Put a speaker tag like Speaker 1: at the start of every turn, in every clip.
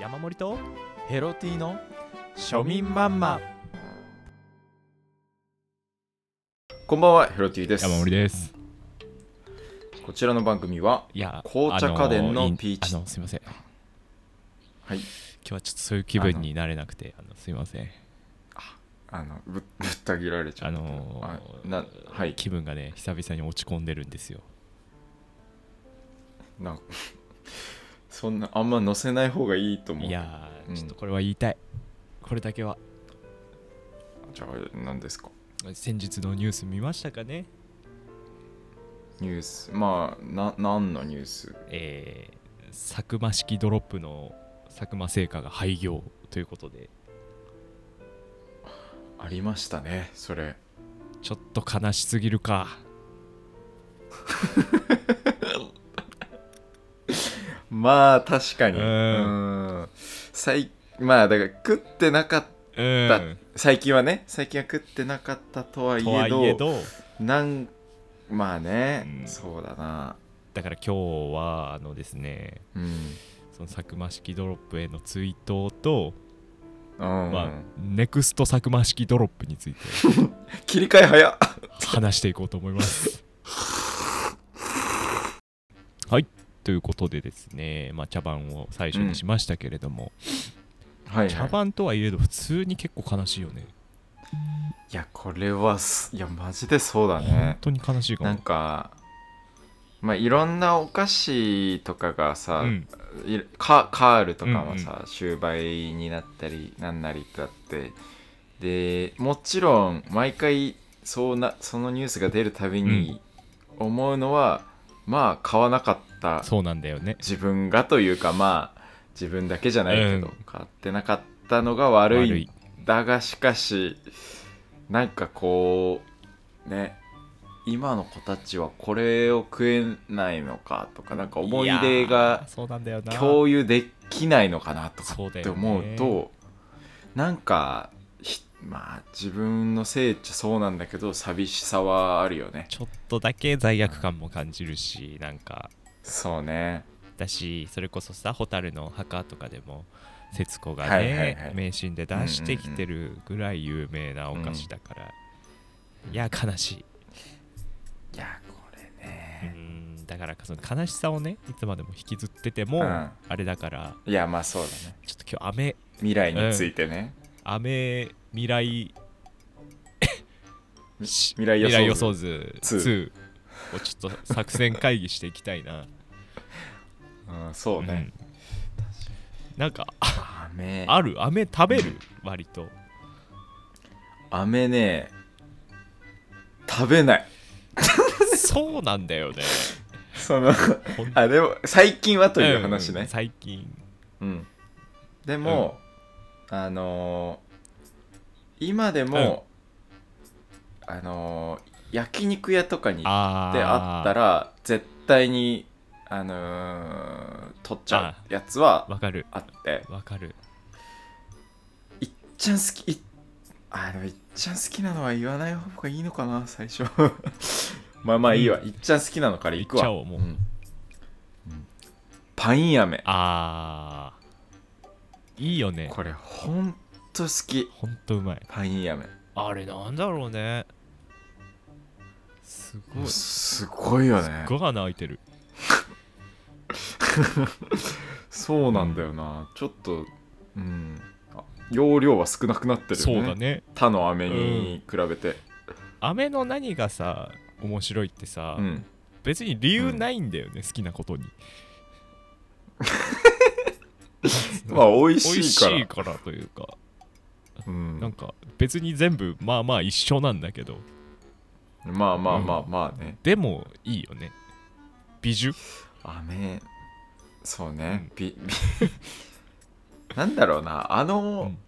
Speaker 1: 山盛りと
Speaker 2: ヘロティの庶民マンマ
Speaker 3: こんばんは、ヘロティです。
Speaker 1: 山盛りです
Speaker 3: こちらの番組はい
Speaker 1: や
Speaker 3: 紅茶家電の
Speaker 1: あいん
Speaker 3: ピーチ
Speaker 1: あのすいません
Speaker 3: はい
Speaker 1: 今日はちょっとそういう気分になれなくてあのすいません
Speaker 3: あのぶ ぶった切られちゃ
Speaker 1: あ
Speaker 3: う。
Speaker 1: のー
Speaker 3: なはい
Speaker 1: 気分がね久々に落ち込んでるんですよ
Speaker 3: なんか そんなあんま載せない方がいいと思う。
Speaker 1: いやー、
Speaker 3: うん
Speaker 1: ちょっとこれは言いたいこれだけは
Speaker 3: じゃあ何ですか。
Speaker 1: 先日のニュース見ましたかね
Speaker 3: ニュースまあな何のニュース。
Speaker 1: えー、佐久間式ドロップの佐久間製菓が廃業ということで
Speaker 3: ありましたね、それ。
Speaker 1: ちょっと悲しすぎるか
Speaker 3: まあ確かに。
Speaker 1: う
Speaker 3: うんん。最まあだから食ってなかっ
Speaker 1: う
Speaker 3: た、
Speaker 1: ん
Speaker 3: 最近はね最近は食ってなかったとはい
Speaker 1: とは
Speaker 3: えど
Speaker 1: いえど
Speaker 3: なんまあね、
Speaker 1: うん
Speaker 3: そうだな。
Speaker 1: だから今日はあのですね
Speaker 3: うん。
Speaker 1: その佐久間式ドロップへの追悼と、
Speaker 3: うん
Speaker 1: まあ、ネクスト佐久間式ドロップについ て
Speaker 3: 切り替え早っ
Speaker 1: 話していこうと思い ます。はいということでですね、まあ、茶番を最初にしましたけれども、
Speaker 3: はい、
Speaker 1: 茶番とはいえど普通に結構悲しいよね、
Speaker 3: いやこれはすいやマジでそうだ
Speaker 1: 本
Speaker 3: ね
Speaker 1: 当に悲しいかも
Speaker 3: なんかまあいろんなお菓子とかがさ、
Speaker 1: うん
Speaker 3: いカカールとかもさ、
Speaker 1: う
Speaker 3: 終売になったりなんなりってあってでもちろん毎回そうなそのニュースが出るたびに思うのは、まあ買わなかった
Speaker 1: そうなんだよね
Speaker 3: 自分がというかまあ自分だけじゃないけど、
Speaker 1: うん
Speaker 3: 買ってなかったのが悪い
Speaker 1: 悪い
Speaker 3: だがしかしなんかこうね今の子たちはこれを食えないのかとかなんか思い出
Speaker 1: やー
Speaker 3: が
Speaker 1: そうなんだよな
Speaker 3: 共有できないのかなとか
Speaker 1: そう
Speaker 3: っ
Speaker 1: だ
Speaker 3: て
Speaker 1: よね
Speaker 3: 思うとなんかひまあ自分のせいっちゃそうなんだけど寂しさはあるよね
Speaker 1: ちょっとだけ罪悪感も感じるしなんか
Speaker 3: そうね
Speaker 1: だしそれこそさ蛍の墓とかでも節子がね、
Speaker 3: はいはいはい
Speaker 1: 名神で出してきてるぐらい有名なお菓子だから、いや悲しい、
Speaker 3: いやこれね
Speaker 1: うんだからその悲しさをねいつまでも引きずってても、
Speaker 3: うん
Speaker 1: あれだから
Speaker 3: いやまあそうだね
Speaker 1: ちょっと今日雨
Speaker 3: 未来についてね、
Speaker 1: 雨未来
Speaker 3: み
Speaker 1: し
Speaker 3: 未来予想
Speaker 1: 未
Speaker 3: 図
Speaker 1: 来予想図2
Speaker 3: 2
Speaker 1: をちょっと作戦会議していきたいな
Speaker 3: うん、 そうね、
Speaker 1: うんなんかあ
Speaker 3: 雨
Speaker 1: ある飴食べる割と
Speaker 3: 雨ね食べない
Speaker 1: そうなんだよね
Speaker 3: その
Speaker 1: ほん
Speaker 3: あでも最近はという話
Speaker 1: んん
Speaker 3: ね、
Speaker 1: 最近
Speaker 3: うんでも、あのー今でも、あのー焼肉屋とかに行
Speaker 1: あ
Speaker 3: ってあった
Speaker 1: ら
Speaker 3: ら絶対にあのー取っちゃうやつは
Speaker 1: わかる
Speaker 3: あって
Speaker 1: わかる
Speaker 3: いっちゃん好きいあのいっちゃん好きなのは言わない方がいいのかな最初 まあまあいいわ、いっちゃん好きなのから行くわ
Speaker 1: いっちゃおうもうん
Speaker 3: うんパイン飴
Speaker 1: あーいいよね
Speaker 3: これほんと好き
Speaker 1: ほんとうまい
Speaker 3: パイン飴
Speaker 1: あれなんだろうねすごいす
Speaker 3: すごいよね
Speaker 1: っごい穴開いてる
Speaker 3: そうなんだよな、ちょっとうんあ容量は少なくなってるよ
Speaker 1: そ
Speaker 3: ね
Speaker 1: うだね
Speaker 3: 他の飴に比べて
Speaker 1: 飴の何がさ面白いってさ、
Speaker 3: うん、
Speaker 1: 別に理由ないんだよね、好きなことに
Speaker 3: まあ
Speaker 1: 美
Speaker 3: 美味
Speaker 1: 味
Speaker 3: しい
Speaker 1: し
Speaker 3: から
Speaker 1: いからというか
Speaker 3: うん
Speaker 1: なんか別に全部まあまあ一緒なんだけど
Speaker 3: まあまあまあまあね、
Speaker 1: でもいいよね美女
Speaker 3: 飴そうね
Speaker 1: う、
Speaker 3: びび なんだろうなあ
Speaker 1: う
Speaker 3: の
Speaker 1: ん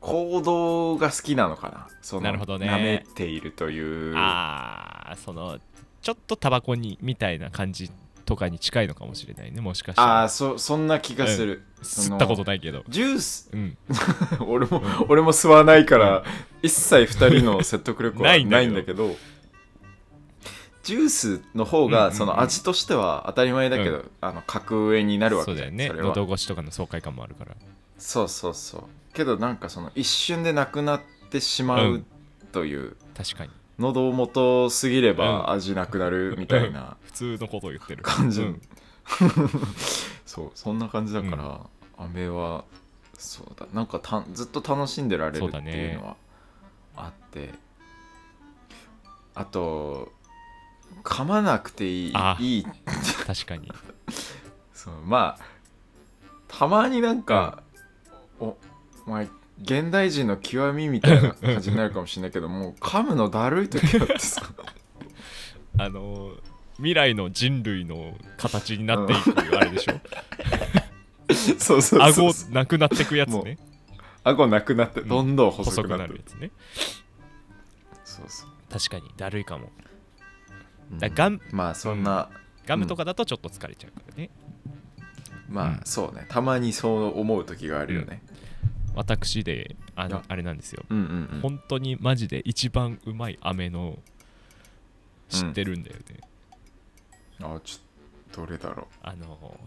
Speaker 3: 行動が好きなのかなその
Speaker 1: なるほどね
Speaker 3: 舐めているという
Speaker 1: ああそのちょっとタバコにみたいな感じとかに近いのかもしれないねもしかした
Speaker 3: あ
Speaker 1: ら
Speaker 3: ーそそんな気がする、そ
Speaker 1: 吸
Speaker 3: の
Speaker 1: ったことないけど
Speaker 3: ジュース
Speaker 1: うん
Speaker 3: 俺も俺も吸わないから一切2人の説得力は
Speaker 1: な
Speaker 3: ないい
Speaker 1: ん
Speaker 3: ん
Speaker 1: だけど
Speaker 3: だけどジュースの
Speaker 1: う
Speaker 3: 方
Speaker 1: んうん
Speaker 3: が
Speaker 1: うん
Speaker 3: その味としては当たり前だけど、
Speaker 1: う
Speaker 3: あの格上になるわ
Speaker 1: そ
Speaker 3: け
Speaker 1: う
Speaker 3: じ
Speaker 1: だ
Speaker 3: ゃ
Speaker 1: よ
Speaker 3: ん
Speaker 1: ね
Speaker 3: それは
Speaker 1: 喉越しとかの爽快感もあるから
Speaker 3: そうそうそうけどなんかその一瞬でなくなってしま
Speaker 1: う
Speaker 3: うんという、
Speaker 1: 確かに
Speaker 3: 喉元すぎれ
Speaker 1: うん
Speaker 3: ば味なくなるみたいな
Speaker 1: 普通のことを言ってる
Speaker 3: 感じ、
Speaker 1: うん
Speaker 3: そうそんな感じだから、飴はそうだなんかたずっと楽しんでられる
Speaker 1: そ
Speaker 3: っ
Speaker 1: うだ
Speaker 3: て
Speaker 1: ね
Speaker 3: いうのはあって、あと噛まなくていい
Speaker 1: あ
Speaker 3: いい
Speaker 1: 確かに
Speaker 3: そうまあたまになんか、おお前現代人の極みみたいな感じになるかもしれない けどもう噛むのだるい時あってさ
Speaker 1: あのー未来の人類の形になっていくあれでしょ
Speaker 3: そう そうそう
Speaker 1: 顎
Speaker 3: そう
Speaker 1: なくなってくやつ
Speaker 3: も
Speaker 1: ね
Speaker 3: 顎なくなって
Speaker 1: うん
Speaker 3: どんどん細
Speaker 1: 細
Speaker 3: く
Speaker 1: く
Speaker 3: な
Speaker 1: な
Speaker 3: って
Speaker 1: るやつね
Speaker 3: そうそう
Speaker 1: 確かにだるいかも
Speaker 3: うん
Speaker 1: だガム
Speaker 3: まあそんな、
Speaker 1: ガムとかだとちょっと疲れちゃうからね、
Speaker 3: ま
Speaker 1: うん
Speaker 3: あそうねたまにそう思う時があるよね、
Speaker 1: 私であ
Speaker 3: い
Speaker 1: の
Speaker 3: や
Speaker 1: あれなんですよ
Speaker 3: うん、うんうん
Speaker 1: 本当にマジで一番うまい飴の知ってるんだよね、
Speaker 3: あちょっとどれだろ
Speaker 1: あの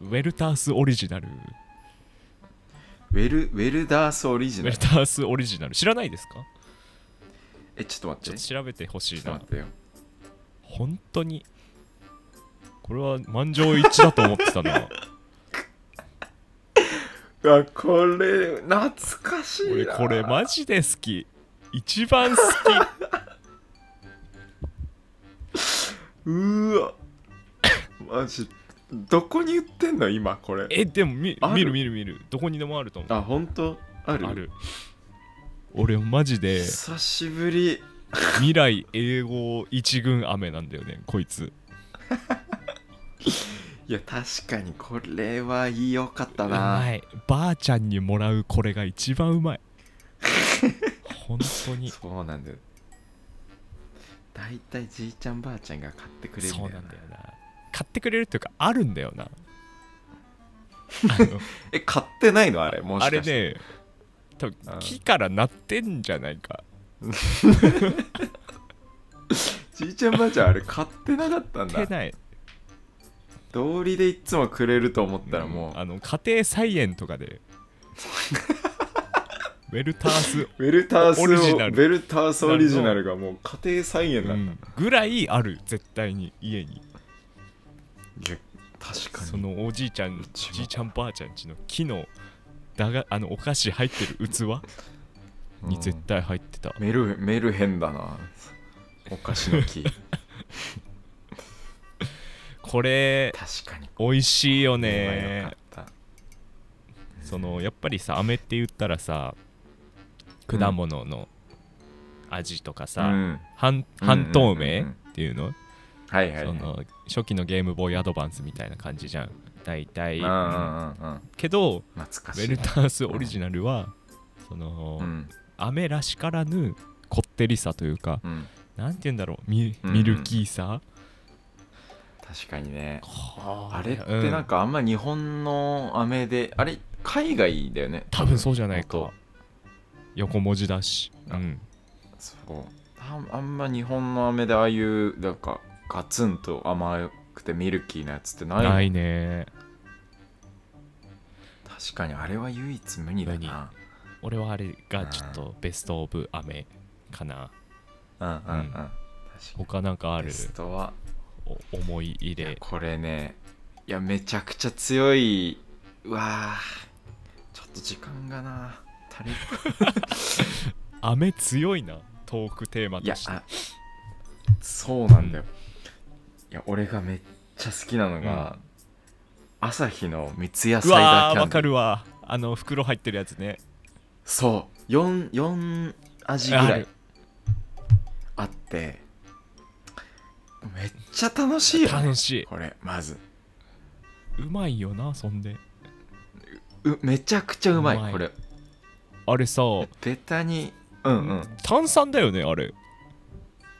Speaker 1: ウェルタースオリジナル
Speaker 3: うウェルウェルダースオリ
Speaker 1: ウ
Speaker 3: ジ
Speaker 1: ェ
Speaker 3: ナル
Speaker 1: ルタースオリジナル知らないですか
Speaker 3: えちょっと
Speaker 1: ち
Speaker 3: 待
Speaker 1: ょっ
Speaker 3: っ
Speaker 1: と
Speaker 3: て
Speaker 1: 調べてほしい
Speaker 3: ちょっ
Speaker 1: な
Speaker 3: と待ってよ
Speaker 1: 本当にこれは満場一致だと思ってた な
Speaker 3: うわこれ懐かしい
Speaker 1: 俺
Speaker 3: な
Speaker 1: これマジで好き一番好き
Speaker 3: うーわマジどこに売ってんの今これ
Speaker 1: えでもみ
Speaker 3: ある
Speaker 1: 見る見る見るどこにでもあると思う
Speaker 3: あ本当ある
Speaker 1: ある俺マジで
Speaker 3: 久しぶり
Speaker 1: 未来英語一軍飴なんだよねこいつ
Speaker 3: いや確かにこれはいいよかった
Speaker 1: う
Speaker 3: な
Speaker 1: まいばあちゃんにもらうこれが一番う まい本当に
Speaker 3: そうなんだよ大体じいちゃんばあちゃんが買ってくれるん
Speaker 1: そう
Speaker 3: だよ
Speaker 1: な
Speaker 3: なん
Speaker 1: だよな買ってくれるっていうかあるんだよなあの
Speaker 3: え買ってないのあれもし
Speaker 1: あ
Speaker 3: かして
Speaker 1: れね多分
Speaker 3: うん
Speaker 1: 木からなってんじゃないか
Speaker 3: じいちゃんばあちゃんあれ買ってなかったん
Speaker 1: て
Speaker 3: だ
Speaker 1: ない
Speaker 3: 道理でいっつもくれると思ったらも
Speaker 1: うんあの家庭菜園とか でウェルタース、
Speaker 3: うウェルタースを
Speaker 1: オ
Speaker 3: ウ
Speaker 1: リジナル
Speaker 3: ェルタースオリジナルがもう家庭菜園
Speaker 1: う
Speaker 3: なんだ
Speaker 1: んぐらいある絶対に家に
Speaker 3: いや確かに
Speaker 1: そのおじいちゃん
Speaker 3: うちも
Speaker 1: じいちゃんばあちゃんちの木のだがあのお菓子入ってる器に絶対入ってた、
Speaker 3: メルメルヘンだなお菓子の 木確
Speaker 1: これ
Speaker 3: かに
Speaker 1: 美味しいよ
Speaker 3: よ
Speaker 1: ね
Speaker 3: かった
Speaker 1: そのやっぱりさ飴って言ったらさ果物の味とかさ、
Speaker 3: うん
Speaker 1: 半
Speaker 3: うんうんうん
Speaker 1: 半透明っていうの,、
Speaker 3: はいはいはい
Speaker 1: その初期のゲームボーイアドバンスみたいな感じじゃん大体、
Speaker 3: うんうんうんうん
Speaker 1: けど
Speaker 3: 懐か
Speaker 1: ウ
Speaker 3: しい
Speaker 1: ェルタースオリジナルは、その、
Speaker 3: うん
Speaker 1: 雨らしからぬこってりさというか
Speaker 3: うん
Speaker 1: なんて言うんだろうミ
Speaker 3: うんうん
Speaker 1: ミルキーさ、
Speaker 3: 確かにねあ
Speaker 1: あ
Speaker 3: れってなんかあんま日本の飴であれ海外だよね
Speaker 1: 多分そうじゃないか
Speaker 3: 元
Speaker 1: 横文字だし、う
Speaker 3: あ
Speaker 1: ん、
Speaker 3: そうあんあんま日本の飴でああいうなんかガツンと甘くてミルキーなやつってないもん
Speaker 1: ないね
Speaker 3: 確かにあれは唯一無二だな
Speaker 1: 俺はあれがちょっとベストオブ雨かな
Speaker 3: うんうんうん
Speaker 1: うん
Speaker 3: 確かに
Speaker 1: 他なんかあ
Speaker 3: ベ
Speaker 1: る
Speaker 3: ストは
Speaker 1: お思い入
Speaker 3: いや
Speaker 1: れ
Speaker 3: これねいやめちゃくちゃ強いうわーちょっと時間がな足り
Speaker 1: 雨強いなトークテーマ
Speaker 3: いや
Speaker 1: として
Speaker 3: あそうなんだよ、いや俺がめっちゃ好きなのが、朝日の三ツ矢サ
Speaker 1: う
Speaker 3: イダー
Speaker 1: わー
Speaker 3: キ
Speaker 1: わ
Speaker 3: ャンデ
Speaker 1: か
Speaker 3: ィー
Speaker 1: るわあの袋入ってるやつね
Speaker 3: そう4四味ぐ
Speaker 1: あ
Speaker 3: らい
Speaker 1: る
Speaker 3: あってめっちゃ楽しいよ、ね
Speaker 1: 楽、しい
Speaker 3: これまず
Speaker 1: うまいよなそんで
Speaker 3: うめちゃくちゃうまいう
Speaker 1: まい
Speaker 3: これ
Speaker 1: あれさ
Speaker 3: ベタにうんうん
Speaker 1: 炭酸だよねあれ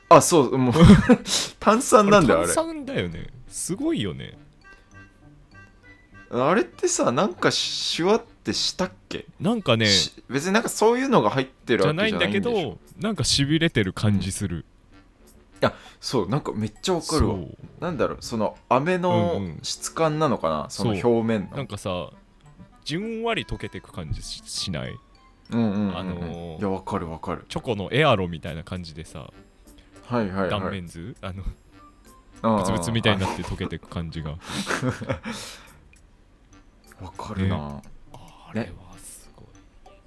Speaker 3: あそうもう 炭酸なんだよあれ
Speaker 1: 炭酸だよねすごいよね
Speaker 3: あれってさなんかシュワってしたっけ、
Speaker 1: なんかね
Speaker 3: し別になんかそういうのが入ってる
Speaker 1: じ
Speaker 3: わ
Speaker 1: ゃ
Speaker 3: けじゃな
Speaker 1: ないい
Speaker 3: ん
Speaker 1: ん
Speaker 3: だ
Speaker 1: だ
Speaker 3: け
Speaker 1: け
Speaker 3: ど
Speaker 1: どなんかしびれてる感じする、
Speaker 3: そうなんかめっちゃわかるわ
Speaker 1: そう
Speaker 3: なんだろうその飴
Speaker 1: う
Speaker 3: の
Speaker 1: んうん
Speaker 3: 質感なのかな、その表面
Speaker 1: な
Speaker 3: の
Speaker 1: んかさじゅんわり溶けてく感じししない
Speaker 3: うんうんうんうん
Speaker 1: あのー
Speaker 3: いやわかるわかる
Speaker 1: チョコのエアロみたいな感じでさ
Speaker 3: はいはいはい
Speaker 1: 断面図あの
Speaker 3: うんうん
Speaker 1: ブツブツみたいになって溶けてく感じが
Speaker 3: わかるな、
Speaker 1: あれ
Speaker 3: ね
Speaker 1: はすごい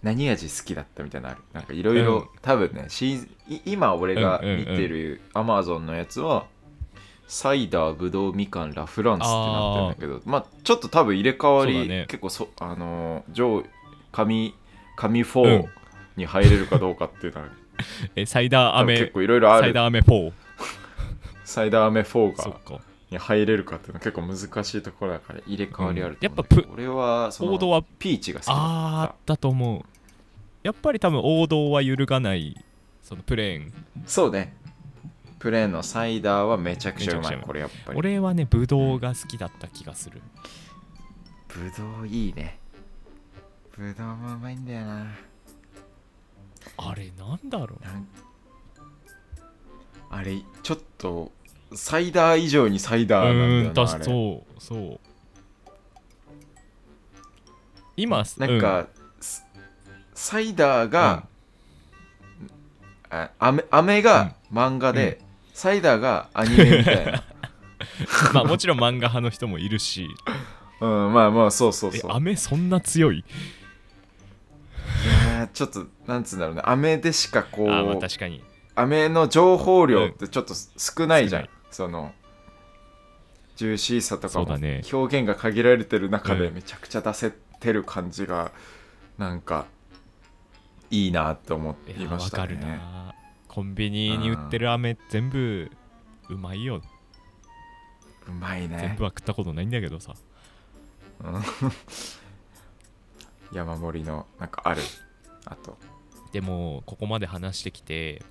Speaker 3: 何味好きだったみたいなのあるなんかいろいろ多分ねシーズンい今俺が見てるアマゾンのやつはサイダーぶどうみかんラフランスってなってるんだけどまあちょっと多分入れ替わ
Speaker 1: そう
Speaker 3: り、
Speaker 1: だね
Speaker 3: 結構そあのー上紙紙
Speaker 1: う
Speaker 3: 4
Speaker 1: ん
Speaker 3: に入れるかどうかっていう のは、
Speaker 1: えサイダー
Speaker 3: 多分
Speaker 1: 飴
Speaker 3: 結構いろいろあ
Speaker 1: サイ
Speaker 3: る
Speaker 1: ダー飴4
Speaker 3: サイダー飴4
Speaker 1: そ
Speaker 3: が
Speaker 1: っか
Speaker 3: に入れるかっていうのは結構難しいところだから入れ替わりあると思うんだけど、
Speaker 1: うんやっぱ
Speaker 3: 俺はそ
Speaker 1: 王道
Speaker 3: の
Speaker 1: は
Speaker 3: ピーチが好きだった
Speaker 1: あーだと思うやっぱり多分王道は揺るがないそのプレーン
Speaker 3: そうねプレーンのサイダーはめちゃくちゃうま
Speaker 1: めちゃくちゃ
Speaker 3: いう
Speaker 1: まい
Speaker 3: これやっぱり
Speaker 1: 俺はねブドウが好きだった気がする
Speaker 3: ぶどういいねぶどうもうまいんだよな
Speaker 1: あれなんだろう
Speaker 3: なんあれちょっとサイダー以上にサイダー
Speaker 1: うー
Speaker 3: なんんだよ
Speaker 1: 確
Speaker 3: なあ
Speaker 1: か
Speaker 3: れ
Speaker 1: そうそう今
Speaker 3: なんか、すサイダーが、あ飴飴が漫画で、サイダーがアニメみた いな
Speaker 1: うん まあもちろん漫画派の人もいるし
Speaker 3: うんまあまあそうそう
Speaker 1: え
Speaker 3: そう
Speaker 1: 飴そんな強い
Speaker 3: いやーちょっとなんつうんだろうね飴でしかこ
Speaker 1: あ
Speaker 3: う
Speaker 1: ーまあ確かに
Speaker 3: 飴の情報量ってちょっと少ないじゃん、
Speaker 1: 少ない
Speaker 3: そのジューシーさとか
Speaker 1: そう
Speaker 3: も
Speaker 1: だね
Speaker 3: 表現が限られてる中で
Speaker 1: うん
Speaker 3: めちゃくちゃ出せてる感じがなんかいいなって思って
Speaker 1: い
Speaker 3: い
Speaker 1: や
Speaker 3: ま
Speaker 1: わ
Speaker 3: した
Speaker 1: か
Speaker 3: ね
Speaker 1: るなコンビニに売ってる飴全部うまいよ
Speaker 3: うまい
Speaker 1: 全
Speaker 3: ね
Speaker 1: 部は食ったことないんだけどさ
Speaker 3: 山盛りのなんかあるあと
Speaker 1: でもここまで話してきて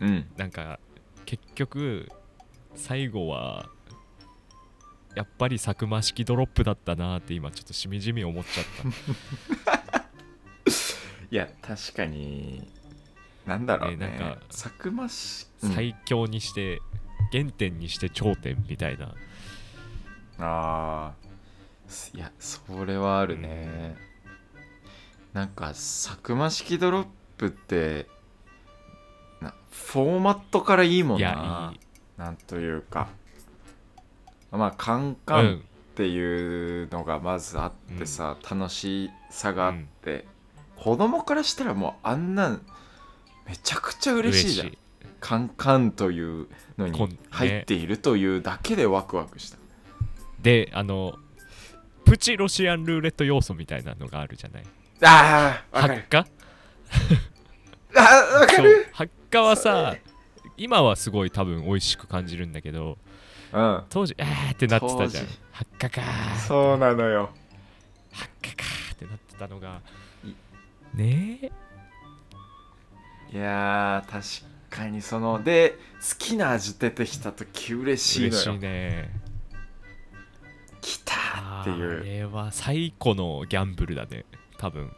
Speaker 3: うん
Speaker 1: なんか結局最後はやっぱり佐久間式ドロップだったなって今ちょっとしみじみ思っちゃった
Speaker 3: いや確かになんだろうね
Speaker 1: ねなんか
Speaker 3: 佐久間市、うん
Speaker 1: 最強にして、原点にして頂点みたいな
Speaker 3: ああいやそれはあるね、なんか佐久間式ドロップってなフォーマットからいいもん
Speaker 1: い
Speaker 3: な
Speaker 1: やいい
Speaker 3: なんというかまあカン
Speaker 1: う
Speaker 3: カン
Speaker 1: ん
Speaker 3: っていうのがまずあってさ、楽しさがあって、子供からしたらもうあんなんめちゃくちゃ嬉しいじゃん
Speaker 1: 嬉
Speaker 3: カンカンというの
Speaker 1: こんね
Speaker 3: に入っているというだけでワクワクした、
Speaker 1: であのプチロシアンルーレット要素みたいなのがあるじゃない
Speaker 3: ああわか
Speaker 1: 発
Speaker 3: る
Speaker 1: 火
Speaker 3: あーわか
Speaker 1: そ
Speaker 3: る
Speaker 1: う発火はさ今はすごい多分美味しく感じるんだけど
Speaker 3: うん
Speaker 1: 当時えーってなってたじゃん
Speaker 3: 当時
Speaker 1: 発火かー
Speaker 3: そうなのよ
Speaker 1: ハッカかーってなってたのが
Speaker 3: い
Speaker 1: ねえ
Speaker 3: いやー確かにそので好きな味出てきた時嬉しい
Speaker 1: 嬉
Speaker 3: の
Speaker 1: しい
Speaker 3: よ
Speaker 1: ね
Speaker 3: 来たーって
Speaker 1: あ
Speaker 3: いう
Speaker 1: れは最古のギャンブルだね多分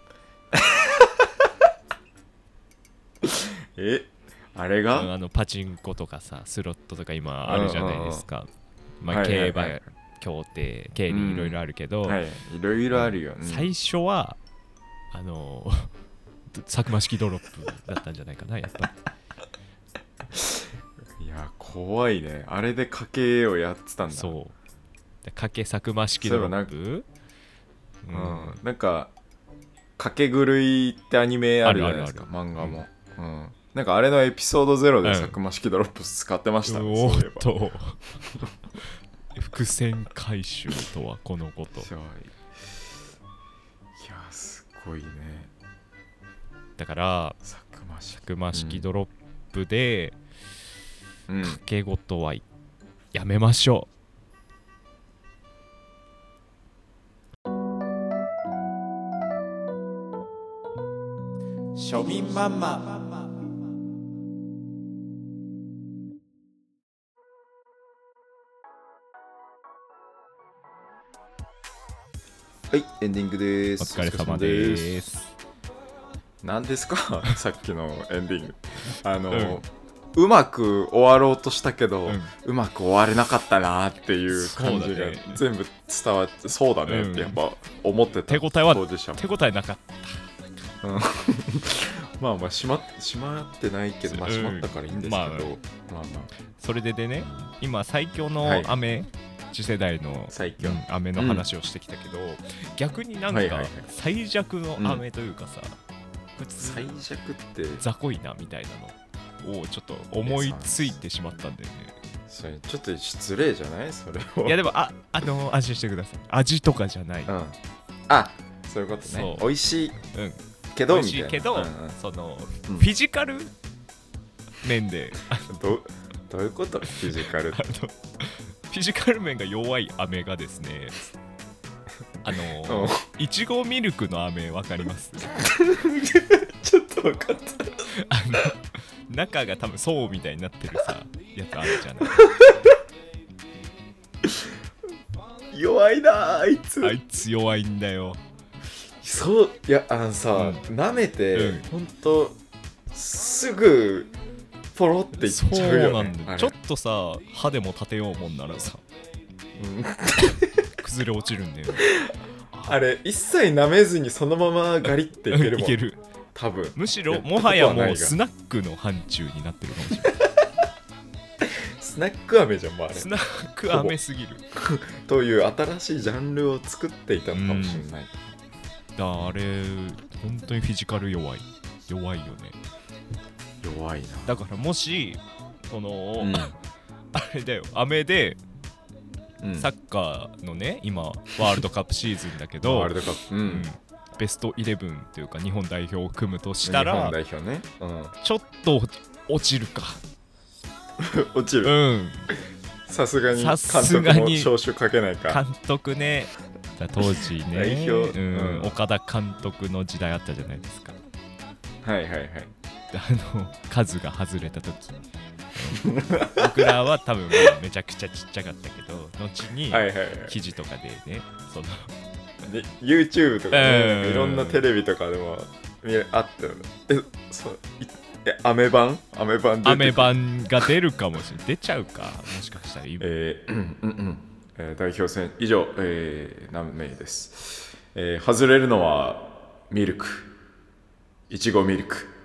Speaker 3: えあれ
Speaker 1: うん
Speaker 3: が
Speaker 1: あのパチンコとかさスロットとか今あるじゃないですか、ま
Speaker 3: は
Speaker 1: あ、
Speaker 3: いはいは
Speaker 1: 競
Speaker 3: い
Speaker 1: 馬、競艇競輪いろいろあるけど、
Speaker 3: はいいろいろあるよね
Speaker 1: 最初はあの 佐久間式ドロップだったんじゃないかな やっぱり
Speaker 3: いや怖いねあれで家計をやってたんだ
Speaker 1: そうで賭け佐久間式ドロップう
Speaker 3: う
Speaker 1: ん
Speaker 3: んなんか「かけ狂い」ってアニメあるじゃないですか
Speaker 1: ある
Speaker 3: 漫画もうんなんかあれのエピソードゼロで
Speaker 1: うん
Speaker 3: 佐久間式ドロップス使ってましたね
Speaker 1: お
Speaker 3: そういえ
Speaker 1: ーっ
Speaker 3: ば
Speaker 1: と 伏線回収とはこのこと
Speaker 3: すごいいやすごいね
Speaker 1: だから
Speaker 3: 佐久間氏
Speaker 1: 佐久間式ドロップで
Speaker 3: うん
Speaker 1: 賭け事はやめましょ
Speaker 2: 庶民マンマ
Speaker 3: はいエンディングで
Speaker 1: うお
Speaker 3: す
Speaker 1: 疲れ様です
Speaker 3: 何ですかさっきのエンディングあの、
Speaker 1: うん
Speaker 3: うまく終わろうとしたけど、う
Speaker 1: うん
Speaker 3: まく終われなかったなっていう感
Speaker 1: そ
Speaker 3: じ
Speaker 1: うだ
Speaker 3: が
Speaker 1: ね
Speaker 3: 全部伝わってそうだねってやっぱ思ってた、
Speaker 1: 手応えは
Speaker 3: 当事者も
Speaker 1: 手応えなかっ
Speaker 3: まあまあしましまってないけど、まあ、
Speaker 1: うん
Speaker 3: しまったからいいんですけど、
Speaker 1: まあ
Speaker 3: まあまあ
Speaker 1: たそれででね今最強
Speaker 3: はい
Speaker 1: の雨、次世代の
Speaker 3: 最強、
Speaker 1: うん雨の話をしてきたけど、逆になん
Speaker 3: はいはいは
Speaker 1: か
Speaker 3: い
Speaker 1: 最弱の雨というかさ、こいつ
Speaker 3: 最弱って
Speaker 1: 雑魚いなみたいなのをちょっと思いついてしまったんだよね
Speaker 3: それちょっと失礼じゃないそれを
Speaker 1: いやでもああの味してください味とかじゃない、
Speaker 3: うん、あそういうことね
Speaker 1: そう
Speaker 3: 美味しい
Speaker 1: うん、
Speaker 3: け
Speaker 1: 美
Speaker 3: ど
Speaker 1: 味しい
Speaker 3: みた
Speaker 1: け
Speaker 3: いな
Speaker 1: ど、
Speaker 3: うん
Speaker 1: そのフ
Speaker 3: うん
Speaker 1: ィジカル面で、あ
Speaker 3: うんどうどういうことフィジ カルって
Speaker 1: のフィジカル面が弱い飴がですねあ
Speaker 3: う
Speaker 1: の
Speaker 3: ん
Speaker 1: いちごミルクの飴わかります
Speaker 3: ちょっと分かった
Speaker 1: あの中が多分層みたいになってるさやつあるじゃない
Speaker 3: 弱いなああいつ
Speaker 1: あいつ弱いんだよ
Speaker 3: そういやあのさ、舐めて、
Speaker 1: うん
Speaker 3: ほんとすぐポロっていっ
Speaker 1: そ
Speaker 3: ち
Speaker 1: う
Speaker 3: ゃう
Speaker 1: な
Speaker 3: よ、
Speaker 1: ん
Speaker 3: ね、
Speaker 1: だよ
Speaker 3: あれ
Speaker 1: ちょっとさ歯でも立てようもんならさ
Speaker 3: うん
Speaker 1: 崩れ落ちるんだよ
Speaker 3: あれ一切舐めずにそのままガリっていけるもん
Speaker 1: いける
Speaker 3: 多 分
Speaker 1: むし
Speaker 3: や
Speaker 1: ろ
Speaker 3: った
Speaker 1: もはや
Speaker 3: ことはな
Speaker 1: も
Speaker 3: いうが
Speaker 1: スナックの範疇になってるかもしれない
Speaker 3: スナック飴じゃんもうあれ
Speaker 1: スナック飴すぎる
Speaker 3: という新しいジャンルを作っていたのかもしれない、
Speaker 1: だあれ本当にフィジカル弱い弱いよね
Speaker 3: 弱いな
Speaker 1: だからもしその、
Speaker 3: うん
Speaker 1: あれだよ飴で
Speaker 3: うん
Speaker 1: サッカーのね今ワールドカップシーズンだけど
Speaker 3: ワールドカップ、う
Speaker 1: うん
Speaker 3: ん、
Speaker 1: ベストイレブンというか日本代表を組むとし
Speaker 3: 日
Speaker 1: たら
Speaker 3: 本代表ね、うん、
Speaker 1: ちょっと落ちるか
Speaker 3: 落ち
Speaker 1: う
Speaker 3: る
Speaker 1: ん
Speaker 3: さすがに監
Speaker 1: さすが
Speaker 3: 督も
Speaker 1: に
Speaker 3: 招集かけないか
Speaker 1: 監督ねだ当時ね
Speaker 3: 代表
Speaker 1: うん
Speaker 3: うん
Speaker 1: 岡田監督の時代あったじゃないですか
Speaker 3: はいはいはい
Speaker 1: であの数が外れた 時僕らは多分まあめちゃくちゃちっちゃかったけど後に
Speaker 3: はいはいはい
Speaker 1: 記事とかでねその
Speaker 3: で YouTube とかね、
Speaker 1: うん
Speaker 3: いろんなテレビとかでも見れあったよねえそういえアメ版アメ版出て
Speaker 1: アメ版が出るかもしれない出ちゃうかもしかしたら今
Speaker 3: えーうんうんうんえー代表戦以上、えー、何名です、えー外れるのはミルクいちごミルク